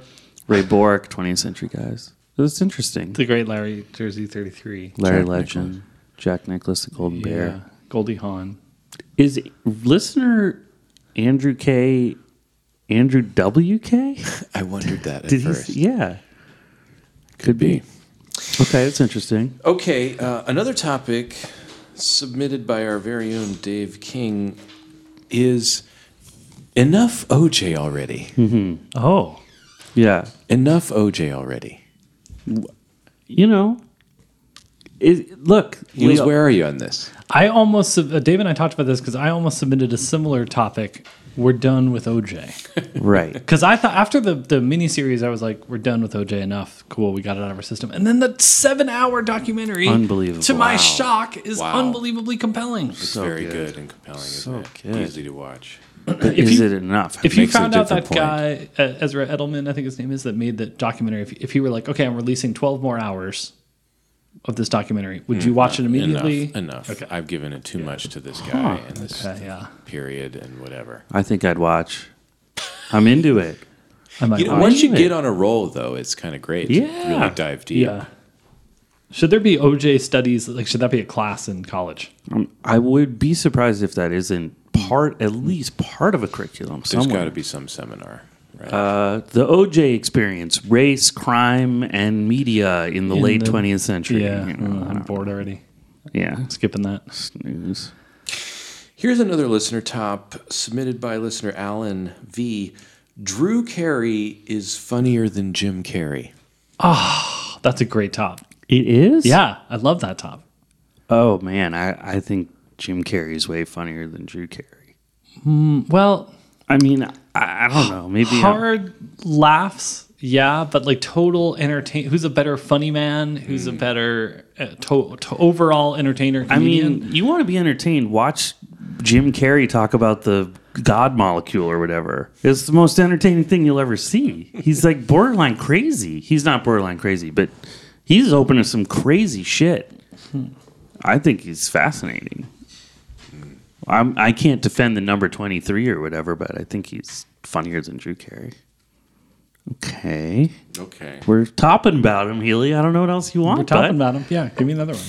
Speaker 2: Ray Bork, 20th century guys. That's interesting.
Speaker 3: the great Larry Jersey 33.
Speaker 2: Larry
Speaker 1: Jack
Speaker 2: Legend, Jack Nicholas, the Golden
Speaker 3: Yeah.
Speaker 2: Bear.
Speaker 3: Goldie Hawn.
Speaker 2: Is listener Andrew K. Andrew W.K.?
Speaker 1: I wondered that at
Speaker 2: Did he?
Speaker 1: first.
Speaker 2: Yeah. Could be. Okay, that's interesting.
Speaker 1: Okay, uh, another topic submitted by our very own Dave King is enough OJ already.
Speaker 3: Oh.
Speaker 2: Yeah.
Speaker 1: Enough OJ already.
Speaker 2: You know, it, look,
Speaker 1: Niels,
Speaker 2: we-
Speaker 1: where are you on this?
Speaker 3: I almost, uh, Dave and I talked about this because I almost submitted a similar topic. We're done with OJ.
Speaker 2: right.
Speaker 3: Because I thought after the the miniseries, I was like, we're done with OJ enough. Cool, we got it out of our system. And then the seven hour documentary,
Speaker 2: Unbelievable.
Speaker 3: to my
Speaker 2: Wow.
Speaker 3: shock, is
Speaker 1: Wow.
Speaker 3: unbelievably compelling.
Speaker 1: It's
Speaker 2: So
Speaker 1: very
Speaker 2: good.
Speaker 1: good. and compelling.
Speaker 2: So
Speaker 1: Isn't it?
Speaker 2: good.
Speaker 1: Easy to watch.
Speaker 2: But
Speaker 3: <coughs> If
Speaker 2: is
Speaker 3: you-
Speaker 2: it enough?
Speaker 3: If you
Speaker 1: makes it a
Speaker 3: found out that
Speaker 1: different
Speaker 3: guy uh, Ezra Edelman, I think his name is, that made that documentary, if, if he were like, okay, I'm releasing twelve more hours of this documentary, would you watch it immediately?
Speaker 1: Hmm, Enough. Enough.
Speaker 3: Okay.
Speaker 1: I've given it too much to this guy and this
Speaker 3: Okay, yeah,
Speaker 1: period and whatever.
Speaker 2: I think I'd watch. I'm into it.
Speaker 3: I might.
Speaker 1: You know,
Speaker 3: watch.
Speaker 1: once you
Speaker 2: Anyway.
Speaker 1: get on a roll, though, it's kind of great. to
Speaker 2: Yeah.
Speaker 1: really dive deep.
Speaker 3: yeah. Should there be OJ studies? Like, should that be a class in college?
Speaker 2: Um, I would be surprised if that isn't part, at least part of a curriculum
Speaker 1: There's got
Speaker 2: somewhere.
Speaker 1: to be some seminar. Right?
Speaker 2: Uh, the OJ experience, race, crime, and media in the
Speaker 3: In
Speaker 2: late
Speaker 3: the-
Speaker 2: 20th century.
Speaker 3: Yeah,
Speaker 2: You know,
Speaker 3: mm, I'm bored already.
Speaker 2: yeah.
Speaker 3: Skipping that.
Speaker 2: Snooze.
Speaker 1: Here's another listener top submitted by listener Alan V. Drew Carey is funnier than Jim Carrey.
Speaker 3: That's a great top.
Speaker 2: It is?
Speaker 3: Yeah, I love that top.
Speaker 2: Oh, man. I, I think Jim Carrey is way funnier than Drew Carey.
Speaker 3: Well,
Speaker 2: I mean, I, I don't know. Maybe. I'm-
Speaker 3: hard laughs, yeah, but like total entertain. Who's a better funny man? Who's a better uh, to- to overall entertainer?
Speaker 2: Hmm. I
Speaker 3: Comedian?
Speaker 2: mean, you want to be entertained. Watch Jim Carrey talk about the God molecule or whatever. It's the most entertaining thing you'll ever see. He's like borderline crazy. He's not borderline crazy, but he's open to some crazy shit. I think he's fascinating. I'm, I can't defend the number 23 or whatever, but I think he's funnier than Drew Carey. Okay.
Speaker 1: Okay.
Speaker 2: We're topping about him, Healy. I don't know what else you want.
Speaker 3: we're talking
Speaker 2: bud.
Speaker 3: about him. Yeah, give me another one.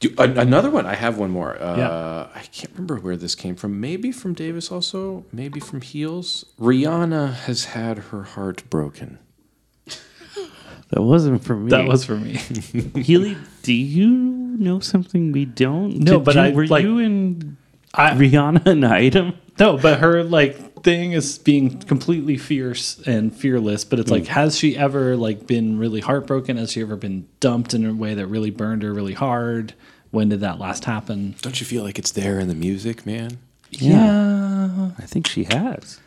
Speaker 1: Do, an- another one. I have one more. Uh,
Speaker 3: Yeah.
Speaker 1: I can't remember where this came from. Maybe from Davis, also. Maybe from Heels. Rihanna has had her heart broken.
Speaker 2: That wasn't for me.
Speaker 3: That was for me. <laughs>
Speaker 2: Healy, do you know something we don't?
Speaker 3: No,
Speaker 2: Did
Speaker 3: but
Speaker 2: you,
Speaker 3: I,
Speaker 2: were
Speaker 3: like-
Speaker 2: you and
Speaker 3: I,
Speaker 2: Rihanna an item?
Speaker 3: no, but her like thing is being completely fierce and fearless. But it's
Speaker 2: Hmm.
Speaker 3: like, has she ever like been really heartbroken? Has she ever been dumped in a way that really burned her really hard? When did that last happen?
Speaker 1: Don't you feel like it's there in the music, man?
Speaker 3: yeah.
Speaker 2: I think she has.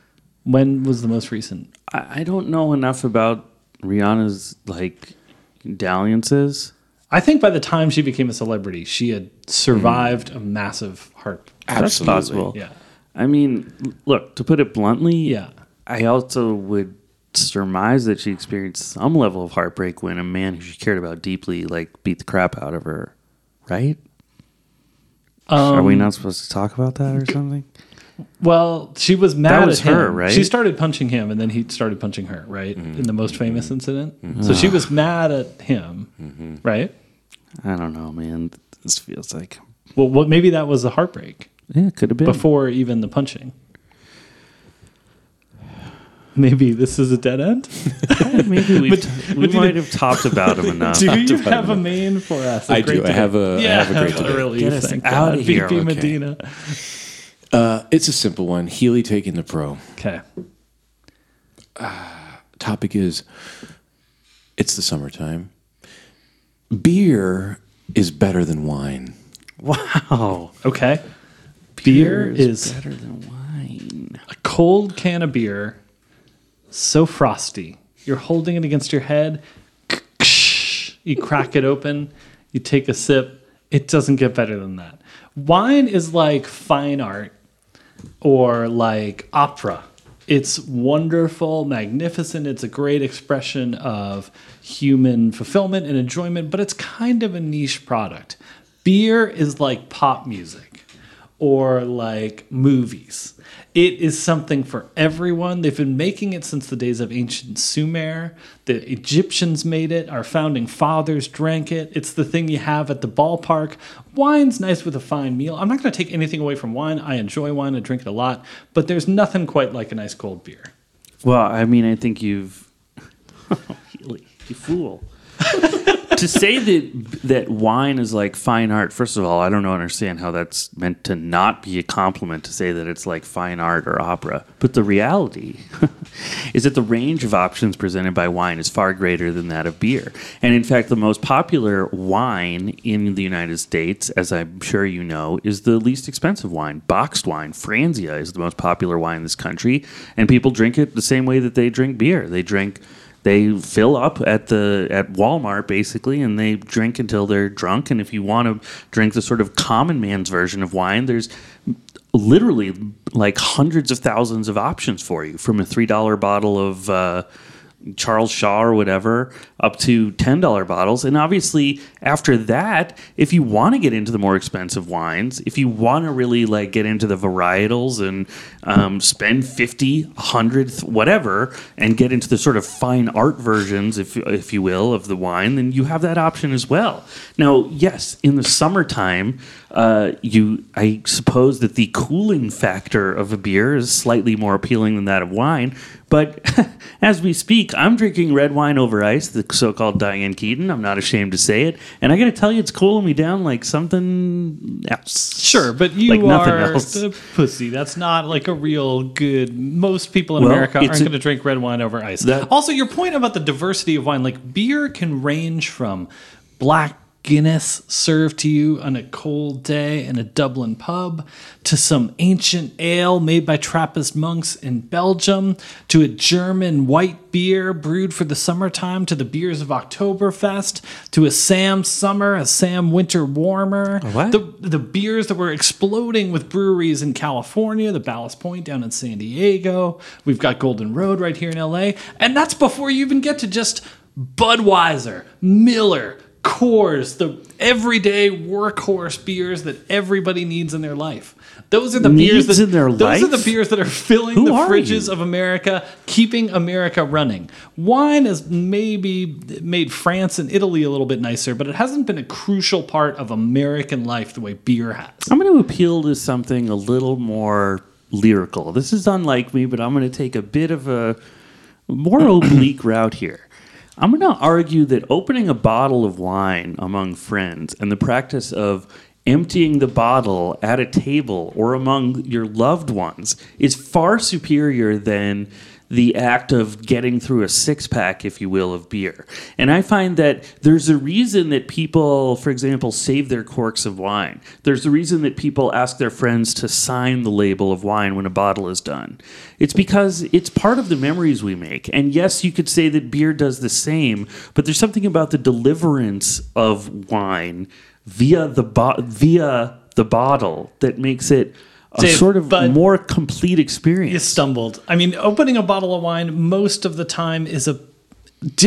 Speaker 3: When was the most recent?
Speaker 2: I, I don't know enough about Rihanna's like dalliances.
Speaker 3: I think by the time she became a celebrity, she had survived a massive heart.
Speaker 1: Absolutely.
Speaker 2: That's possible.
Speaker 3: Yeah.
Speaker 2: I mean, l- look to put it bluntly.
Speaker 3: Yeah.
Speaker 2: I also would surmise that she experienced some level of heartbreak when a man who she cared about deeply like beat the crap out of her. Right? Are
Speaker 3: Um,
Speaker 2: we not supposed to talk about that or something?
Speaker 3: Well, she was mad
Speaker 2: was
Speaker 3: at him.
Speaker 2: her, right?
Speaker 3: She started punching him and then he started punching her, right?
Speaker 1: Mm-hmm.
Speaker 3: In the most famous incident. So she was mad at him,
Speaker 1: Mm-hmm.
Speaker 3: right?
Speaker 2: I don't know, man. This feels like
Speaker 3: Well, what, maybe that was the heartbreak
Speaker 2: yeah, it could have been
Speaker 3: before even the punching. Maybe this is a dead
Speaker 1: <laughs>
Speaker 3: end.
Speaker 2: Maybe we've, <laughs> we
Speaker 3: but do
Speaker 2: might
Speaker 3: the-
Speaker 2: have talked about <laughs> him enough.
Speaker 3: Do you
Speaker 1: divide
Speaker 3: have a
Speaker 1: them
Speaker 3: main for us?
Speaker 1: I do. I have a. I have a
Speaker 3: <laughs>
Speaker 1: great debate.
Speaker 3: Really,
Speaker 2: Get us out of here, okay.
Speaker 3: Medina.
Speaker 1: Uh, it's a simple one. Healy taking the pro.
Speaker 3: Okay.
Speaker 1: Topic is, it's the summertime. Beer is better than wine.
Speaker 2: Wow.
Speaker 3: Okay. Beer, is,
Speaker 2: better than wine.
Speaker 3: a cold can of beer, so frosty. You're holding it against your head. You crack it open. You take a sip. It doesn't get better than that. Wine is like fine art or like opera. It's wonderful, magnificent. It's a great expression of human fulfillment and enjoyment, but it's kind of a niche product. Beer is like pop music or like movies. It is something for everyone. They've been making it since the days of ancient Sumer. The Egyptians made it, our founding fathers drank it. It's the thing you have at the ballpark. Wine's nice with a fine meal. I'm not going to take anything away from wine. I enjoy wine, I drink it a lot, but there's nothing quite like a nice cold beer.
Speaker 2: Well, I mean, I think <laughs> you've. Healy, you fool. to say that that wine is like fine art, first of all, I don't understand how that's meant to not be a compliment to say that it's like fine art or opera. But the reality <laughs> is that the range of options presented by wine is far greater than that of beer. And in fact, the most popular wine in the United States, as I'm sure you know, is the least expensive wine. Boxed wine, Franzia, is the most popular wine in this country, and people drink it the same way that they drink beer. They drink they fill up at the at Walmart basically, and they drink until they're drunk. And if you want to drink the sort of common man's version of wine, there's literally like hundreds of thousands of options for you, from a three dollar bottle of uh, Charles Shaw or whatever up to ten dollar bottles. And obviously, after that, if you want to get into the more expensive wines, if you want to really like get into the varietals and um, spend 50 100 th- whatever and get into the sort of fine art versions if if you will of the wine then you have that option as well now yes in the summertime uh, you i suppose that the cooling factor of a beer is slightly more appealing than that of wine but <laughs> as we speak i'm drinking red wine over ice the so-called diane keaton i'm not ashamed to say it and i gotta tell you it's cooling me down like something else
Speaker 3: Sure, but you
Speaker 2: Like nothing
Speaker 3: are
Speaker 2: else.
Speaker 3: a pussy. That's not like a real good. Most people in
Speaker 2: Well,
Speaker 3: America aren't
Speaker 2: it's a-
Speaker 3: going to drink red wine over ice.
Speaker 2: That-
Speaker 3: also, your point about the diversity of wine, like beer, can range from black Guinness served to you on a cold day in a Dublin pub to some ancient ale made by Trappist monks in Belgium to a German white beer brewed for the summertime to the beers of Oktoberfest to a Sam summer, a Sam winter warmer.
Speaker 2: what?
Speaker 3: The the beers that were exploding with breweries in California, the Ballast Point down in San Diego. We've got Golden Road right here in LA. And that's before you even get to just Budweiser, Miller, Coors, the everyday workhorse beers that everybody needs in their life. Those are the
Speaker 2: Needs
Speaker 3: beers that
Speaker 2: in their
Speaker 3: those are
Speaker 2: life?
Speaker 3: the beers that are filling
Speaker 2: Who
Speaker 3: the
Speaker 2: are
Speaker 3: fridges
Speaker 2: you?
Speaker 3: of America, keeping America running. Wine has maybe made France and Italy a little bit nicer, but it hasn't been a crucial part of American life the way beer has.
Speaker 2: I'm going to appeal to something a little more lyrical. This is unlike me, but I'm going to take a bit of a more oblique route here. I'm going to argue that opening a bottle of wine among friends and the practice of emptying the bottle at a table or among your loved ones is far superior than the act of getting through a six pack, if you will, of beer. And I find that there's a reason that people, for example, save their corks of wine. There's a reason that people ask their friends to sign the label of wine when a bottle is done. It's because it's part of the memories we make. And yes, you could say that beer does the same, but there's something about the deliverance of wine via the bo- via the bottle that makes it a
Speaker 3: Dave,
Speaker 2: sort of
Speaker 3: but-
Speaker 2: more complete experience.
Speaker 3: You stumbled. I mean, opening a bottle of wine most of the time is a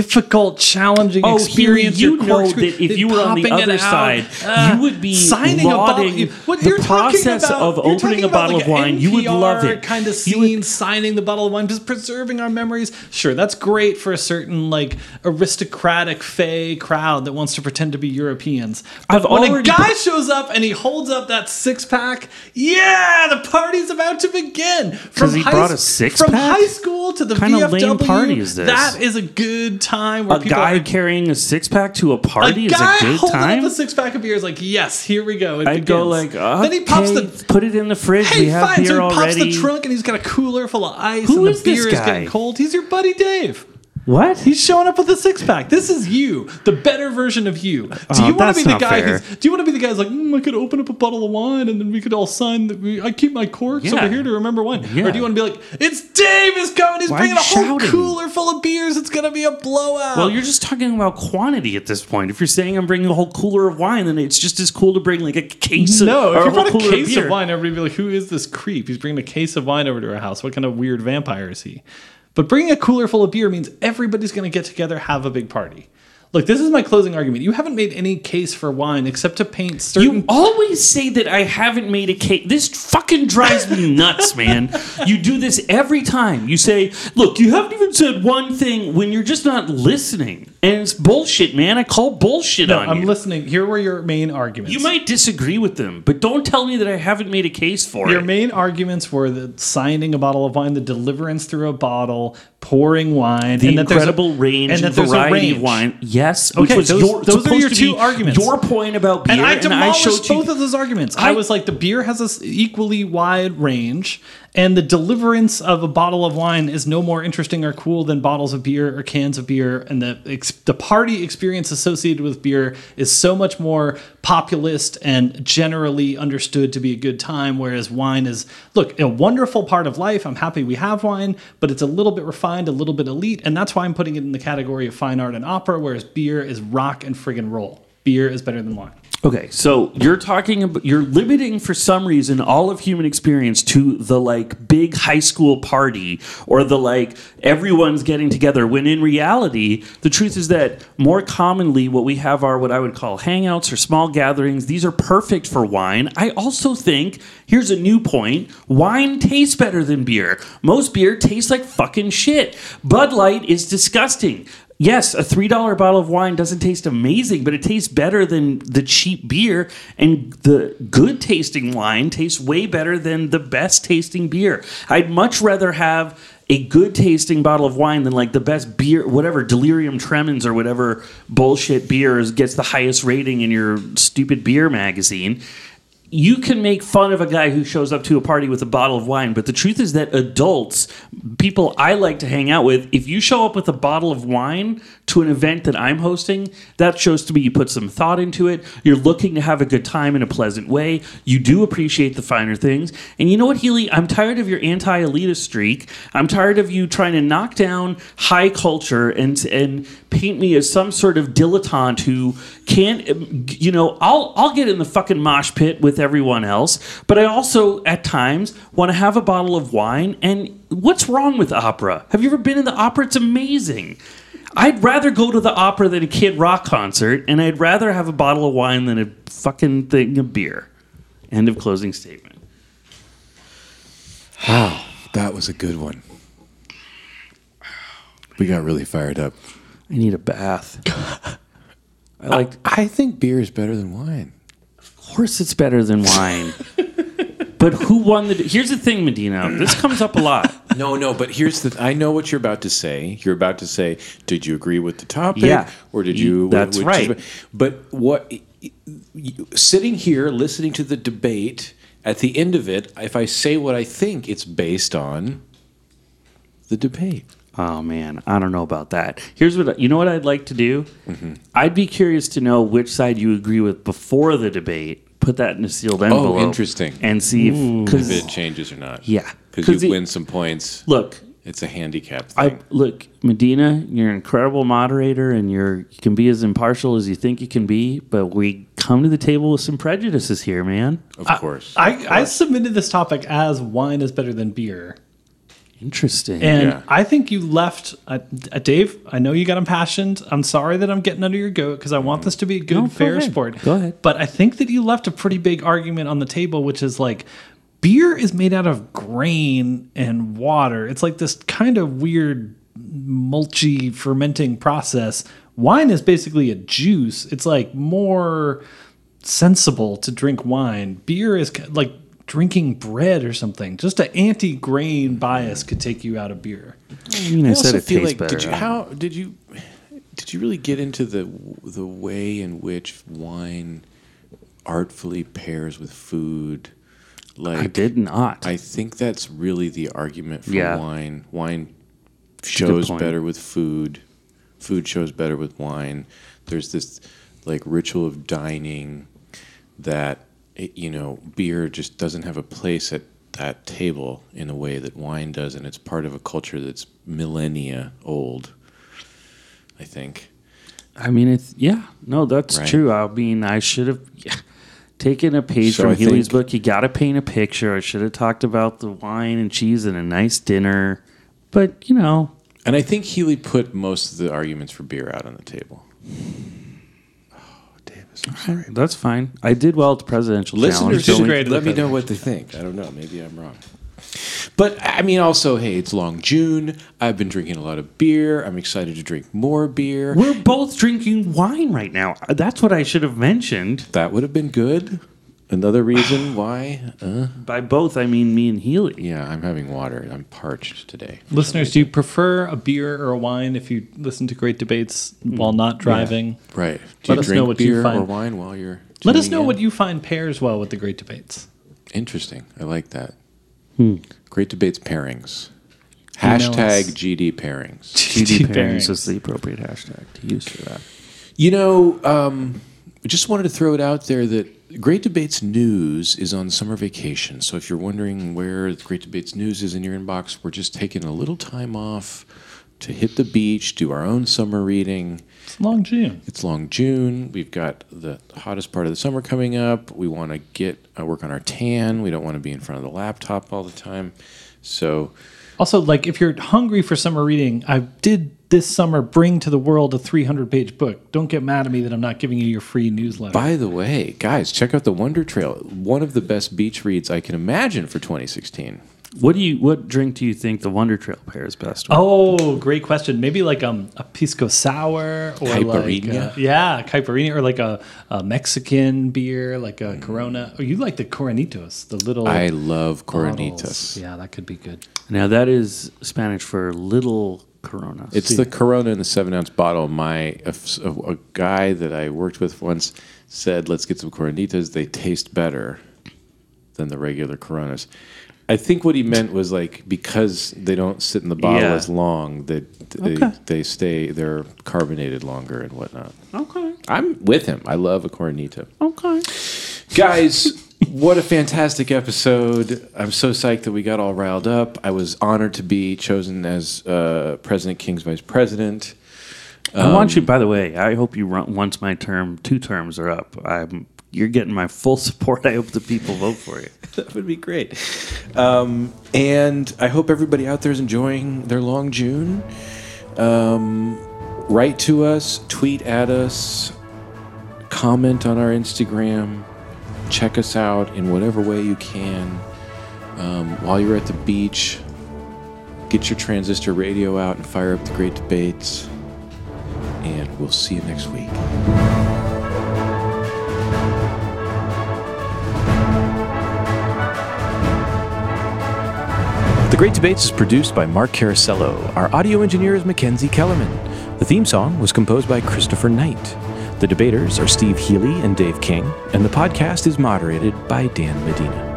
Speaker 3: difficult, challenging
Speaker 4: Oh, Huey,
Speaker 3: experience.
Speaker 4: you
Speaker 3: or
Speaker 4: know
Speaker 3: corkscrew-
Speaker 4: that if
Speaker 3: they
Speaker 4: you were on the
Speaker 3: popping it
Speaker 4: other
Speaker 3: out,
Speaker 4: side,
Speaker 3: uh,
Speaker 4: you would be
Speaker 3: signing
Speaker 4: lauding
Speaker 3: a bottle. What
Speaker 4: the
Speaker 3: you're talking
Speaker 4: process
Speaker 3: about-
Speaker 4: of
Speaker 3: you're
Speaker 4: opening
Speaker 3: talking
Speaker 4: a
Speaker 3: about
Speaker 4: bottle
Speaker 3: like
Speaker 4: of
Speaker 3: a
Speaker 4: wine. You would love
Speaker 3: NPR
Speaker 4: it.
Speaker 3: Kind of
Speaker 4: You
Speaker 3: scene,
Speaker 4: would-
Speaker 3: signing the bottle of wine, just preserving our memories. Sure, that's great for a certain like aristocratic fey crowd that wants to pretend to be Europeans.
Speaker 4: I've
Speaker 3: But when a
Speaker 4: already-
Speaker 3: guy shows up and he holds up that six pack, yeah, the party's about to begin. From
Speaker 2: he
Speaker 3: high
Speaker 2: brought a
Speaker 3: s-
Speaker 2: six-pack?
Speaker 3: from high school to the
Speaker 2: Kinda lame
Speaker 3: VFW.
Speaker 2: party is this?
Speaker 3: That is a good time where
Speaker 2: a
Speaker 3: people
Speaker 2: guy
Speaker 3: are
Speaker 2: carrying a six pack to a
Speaker 3: a
Speaker 2: party
Speaker 3: guy
Speaker 2: is a good
Speaker 3: holding
Speaker 2: time.
Speaker 3: up a six pack of beer is like, yes, here we go. It
Speaker 2: I'd go like,
Speaker 3: begins.
Speaker 2: okay,
Speaker 3: then he pops the.
Speaker 2: put it in the fridge.
Speaker 3: Hey,
Speaker 2: we have
Speaker 3: fine.
Speaker 2: beer
Speaker 3: So he pops
Speaker 2: already.
Speaker 3: the trunk and he's got a cooler full of ice,
Speaker 2: Who
Speaker 3: and the
Speaker 2: is
Speaker 3: beer
Speaker 2: this
Speaker 3: is
Speaker 2: guy?
Speaker 3: getting cold. He's your buddy Dave.
Speaker 2: what?
Speaker 3: He's showing up with a six pack. This is you, the better version of you. Do you want to
Speaker 2: Uh, that's
Speaker 3: be the
Speaker 2: not
Speaker 3: guy?
Speaker 2: fair.
Speaker 3: Who's, do you want to be the guy who's like, mm, I could open up a bottle of wine and then we could all sign that we, I keep my corks
Speaker 2: Yeah.
Speaker 3: over here to remember wine,
Speaker 2: Yeah.
Speaker 3: or do you want to be like, it's Dave is coming. He's
Speaker 2: Why are
Speaker 3: bringing
Speaker 2: you
Speaker 3: a whole
Speaker 2: shouting?
Speaker 3: cooler full of beers. It's gonna be a blowout.
Speaker 2: Well, you're just talking about quantity at this point. If you're saying I'm bringing a whole cooler of wine, then it's just as cool to bring like a case of
Speaker 3: No,
Speaker 2: or
Speaker 3: if you
Speaker 2: a whole
Speaker 3: brought a
Speaker 2: cooler
Speaker 3: case
Speaker 2: beer.
Speaker 3: of wine, everybody'd be like, "Who is this creep? He's bringing a case of wine over to our house. What kind of weird vampire is he?" But bringing a cooler full of beer means everybody's going to get together, have a big party. Look, this is my closing argument. You haven't made any case for wine except to paint certain.
Speaker 2: You always say that I haven't made a case. This fucking drives <laughs> me nuts, man. You do this every time. You say, look, you haven't even said one thing when you're just not listening. And it's bullshit, man. I call bullshit on
Speaker 3: I'm
Speaker 2: you.
Speaker 3: listening. Here were your main arguments.
Speaker 2: you might disagree with them, but don't tell me that I haven't made a case for
Speaker 3: Your
Speaker 2: it.
Speaker 3: main arguments were the signing a bottle of wine, the deliverance through a bottle, pouring wine,
Speaker 2: the
Speaker 3: and that there's a-
Speaker 2: incredible range and,
Speaker 3: that there's a
Speaker 2: variety of
Speaker 3: range.
Speaker 2: wine. Yes,
Speaker 3: Okay,
Speaker 2: which was
Speaker 3: those-
Speaker 2: your,
Speaker 3: those are
Speaker 2: supposed
Speaker 3: your
Speaker 2: to
Speaker 3: two
Speaker 2: be
Speaker 3: arguments.
Speaker 2: Your point about beer,
Speaker 3: and I
Speaker 2: and I
Speaker 3: demolished
Speaker 2: showed you
Speaker 3: both of those arguments. I,
Speaker 2: I-
Speaker 3: was like, the beer has this equally wide range, and the deliverance of a bottle of wine is no more interesting or cool than bottles of beer or cans of beer, and the ex- the party experience associated with beer is so much more populist and generally understood to be a good time. Whereas wine is, look, a wonderful part of life. I'm happy we have wine, but it's a little bit refined, a little bit elite, and that's why I'm putting it in the category of fine art and opera. Whereas beer is rock and friggin' roll. Beer is better than wine.
Speaker 2: Okay, so you're talking about you're limiting for some reason all of human experience to the like big high school party or the like everyone's getting together when in reality the truth is that more commonly what we have are what I would call hangouts or small gatherings. These are perfect for wine. I also think here's a new point, wine tastes better than beer. Most beer tastes like fucking shit. Bud Light is disgusting. Yes, a three dollar bottle of wine doesn't taste amazing, but it tastes better than the cheap beer, and the good tasting wine tastes way better than the best tasting beer. I'd much rather have a good tasting bottle of wine than like the best beer, whatever delirium tremens or whatever bullshit beer is, gets the highest rating in your stupid beer magazine you can make fun of a guy who shows up to a party with a bottle of wine, but the truth is that adults, people I like to hang out with, if you show up with a bottle of wine to an event that I'm hosting, that shows to me you put some thought into it. You're looking to have a good time in a pleasant way. You do appreciate the finer things. And you know what, Healy? I'm tired of your anti elitist streak. I'm tired of you trying to knock down high culture and, and paint me as some sort of dilettante who can't um, g- you know I'll I'll get in the fucking mosh pit with everyone else but I also at times want to have a bottle of wine and what's wrong with opera have you ever been in the opera it's amazing I'd rather go to the opera than a kid rock concert and I'd rather have a bottle of wine than a fucking thing of beer end of closing statement
Speaker 1: That was a good one. We got really fired up.
Speaker 2: I need a bath I like
Speaker 1: I think beer is better than wine.
Speaker 2: course it's better than wine. but who won the? Here's the thing, Medina. This comes up a lot.
Speaker 1: No, no, but here's the. I know what you're about to say. You're about to say, "Did you agree with the topic?
Speaker 2: Yeah.
Speaker 1: or did
Speaker 2: You-
Speaker 1: you?"
Speaker 2: that's
Speaker 1: which-
Speaker 2: right.
Speaker 1: But what? Sitting here listening to the debate at the end of it, if I say what I think, it's based on the debate.
Speaker 2: Oh man, I don't know about that. Here's what I- you know. What I'd like to do.
Speaker 1: Mm-hmm.
Speaker 2: I'd be curious to know which side you agree with before the debate. Put that in a sealed envelope.
Speaker 1: Oh, interesting.
Speaker 2: And see if
Speaker 1: If it
Speaker 2: because
Speaker 1: changes or not.
Speaker 2: Yeah.
Speaker 1: because
Speaker 2: 'Cause
Speaker 1: you
Speaker 2: it-
Speaker 1: win some points.
Speaker 2: look.
Speaker 1: It's a handicap thing.
Speaker 2: I, look, Medina, you're an incredible moderator, and you're you can be as impartial as you think you can be. But we come to the table with some prejudices here, man.
Speaker 1: of course.
Speaker 3: I, I submitted this topic as wine is better than beer.
Speaker 2: Interesting.
Speaker 3: And
Speaker 5: Yeah.
Speaker 3: I think you left, uh, uh, Dave. I know you got impassioned. I'm sorry that I'm getting under your goat because I want this to be a good,
Speaker 2: No, go
Speaker 3: fair
Speaker 2: ahead.
Speaker 3: sport.
Speaker 2: Go ahead.
Speaker 3: But I think that you left a pretty big argument on the table, which is like beer is made out of grain and water. It's like this kind of weird, mulchy fermenting process. Wine is basically a juice. It's like more sensible to drink wine. Beer is ki- like drinking bread or something. Just an anti-grain bias could take you out of beer.
Speaker 2: I mean, I, said it tastes better.
Speaker 1: Did you, how did you did you really get into the the way in which wine artfully pairs with food? Like
Speaker 2: I did not.
Speaker 1: I think that's really the argument for
Speaker 2: Yeah.
Speaker 1: wine. Wine shows
Speaker 2: point.
Speaker 1: better with food. Food shows better with wine. There's this like ritual of dining that it, you know beer just doesn't have a place at that table in a way that wine does, and it's part of a culture that's millennia old. I think.
Speaker 2: I mean, it's yeah, no, that's
Speaker 1: Right.
Speaker 2: true. I mean, I should have taken a page
Speaker 1: So
Speaker 2: from
Speaker 1: I
Speaker 2: Healy's
Speaker 1: think-
Speaker 2: book. You got to paint a picture. I should have talked about the wine and cheese and a nice dinner, but you know,
Speaker 1: And I think Healy put most of the arguments for beer out on the table. Oh, Davis, I'm sorry.
Speaker 2: that's fine. I did well at the presidential
Speaker 1: Listeners,
Speaker 2: challenge.
Speaker 1: should
Speaker 3: disagree.
Speaker 1: let me know what they think. I don't know. Maybe I'm wrong. But I mean, also, hey, it's long June. I've been drinking a lot of beer. I'm excited to drink more beer.
Speaker 2: We're both drinking wine right now. That's what I should have mentioned.
Speaker 1: That would have been good. Another
Speaker 2: <sighs>
Speaker 1: reason why. Uh,
Speaker 2: By both, I mean me and Healy.
Speaker 1: yeah, I'm having water. I'm parched today.
Speaker 3: Listeners, do you prefer a beer or a wine if you listen to great debates while not driving?
Speaker 1: Right. Do
Speaker 3: Let
Speaker 1: you
Speaker 3: us know
Speaker 1: drink
Speaker 3: what you
Speaker 1: beer or
Speaker 3: find.
Speaker 1: wine while you're?
Speaker 3: Let us
Speaker 1: tuning
Speaker 3: know
Speaker 1: in?
Speaker 3: what you find pairs well with the great debates.
Speaker 1: Interesting. I like that.
Speaker 2: Hmm.
Speaker 1: Great debates pairings. Hashtag GD pairings.
Speaker 3: <laughs>
Speaker 2: TD
Speaker 3: Pairings.
Speaker 2: pairings is the appropriate hashtag to use for that.
Speaker 1: You know, um, I just wanted to throw it out there that Great Debates News is on summer vacation. So if you're wondering where Great Debates News is in your inbox, we're just taking a little time off to hit the beach, do our own summer reading.
Speaker 3: It's long June.
Speaker 1: It's long June. We've got the hottest part of the summer coming up. We want to get uh, work on our tan. We don't want to be in front of the laptop all the time. So
Speaker 3: Also, like if you're hungry for summer reading, I did this summer bring to the world a 300 page book. Don't get mad at me that I'm not giving you your free newsletter.
Speaker 1: By the way, guys, check out the Wonder Trail. One of the best beach reads I can imagine for 2016.
Speaker 2: What do you? What drink do you think the Wonder Trail pairs best? with?
Speaker 3: Oh, great question. Maybe like um, a pisco sour or like
Speaker 1: Caipirinha?
Speaker 3: uh, yeah, caipirinha or like a, a Mexican beer, like a Corona. Oh, you like the Coronitos, the little
Speaker 1: I love
Speaker 3: bottles.
Speaker 1: Coronitas.
Speaker 3: Yeah, that could be good.
Speaker 2: Now that is Spanish for little Coronas.
Speaker 1: It's the Corona in the seven ounce bottle. My a, f- a- a guy that I worked with once said, "Let's get some Coronitas. They taste better than the regular Coronas." I think what he meant was like because they don't sit in the bottle
Speaker 2: Yeah.
Speaker 1: as long, that they,
Speaker 2: Okay.
Speaker 1: they stay they're carbonated longer and whatnot.
Speaker 2: okay.
Speaker 1: I'm with him. I love a Coronita.
Speaker 2: Okay.
Speaker 1: guys what a fantastic episode i'm so psyched that we got all riled up i was honored to be chosen as uh, president king's vice president
Speaker 2: I want you. By the way, I hope you run once my term, two terms are up. I'm. You're getting my full <laughs> support. I hope the people vote for you.
Speaker 1: that would be great um, and i hope everybody out there is enjoying their long june um, write to us tweet at us comment on our instagram check us out in whatever way you can um, while you're at the beach get your transistor radio out and fire up the great debates and we'll see you next week The Great Debates is produced by Mark Caracello. Our audio engineer is Mackenzie Kellerman. The theme song was composed by Christopher Knight. The debaters are Steve Healy and Dave King, and the podcast is moderated by Dan Medina.